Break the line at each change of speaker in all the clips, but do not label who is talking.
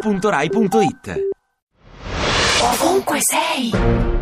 radio2pod.rai.it
Ovunque sei.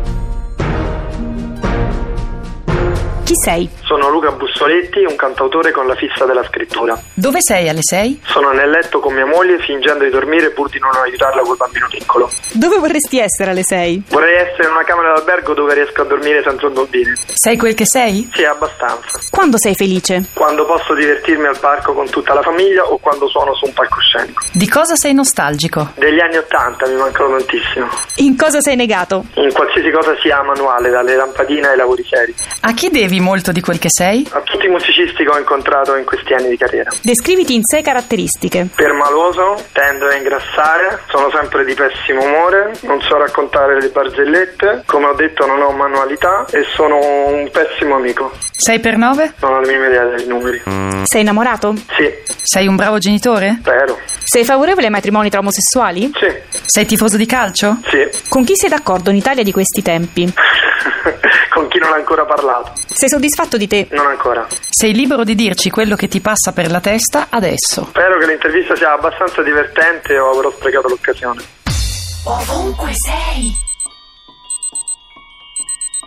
Chi sei?
Sono Luca Bussoletti, un cantautore con la fissa della scrittura.
Dove sei alle 6?
Sono nel letto con mia moglie fingendo di dormire pur di non aiutarla col bambino piccolo.
Dove vorresti essere alle 6?
Vorrei essere in una camera d'albergo dove riesco a dormire senza un bambino.
Sei quel che sei?
Sì, abbastanza.
Quando sei felice?
Quando posso divertirmi al parco con tutta la famiglia o quando suono su un palcoscenico.
Di cosa sei nostalgico?
Degli anni Ottanta mi mancano tantissimo.
In cosa sei negato?
In qualsiasi cosa sia manuale, dalle lampadine ai lavori seri.
A chi devi molto di quel che sei?
A tutti i musicisti che ho incontrato in questi anni di carriera.
Descriviti in sei caratteristiche.
Permaloso, tendo a ingrassare, sono sempre di pessimo umore, non so raccontare le barzellette, come ho detto non ho manualità e sono un pessimo amico.
6 per 9?
Non ho la minima idea dei numeri.
Sei innamorato?
Sì,
Sei un bravo genitore?
spero.
Sei favorevole ai matrimoni tra omosessuali?
Sì,
Sei tifoso di calcio?
sì.
Con chi sei d'accordo in Italia di questi tempi?
con chi non ha ancora parlato.
Sei soddisfatto di te?
Non ancora.
Sei libero di dirci quello che ti passa per la testa adesso.
Spero che l'intervista sia abbastanza divertente o avrò sprecato l'occasione.
Ovunque sei.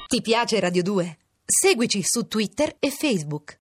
Ti piace Radio 2? Seguici su Twitter e Facebook.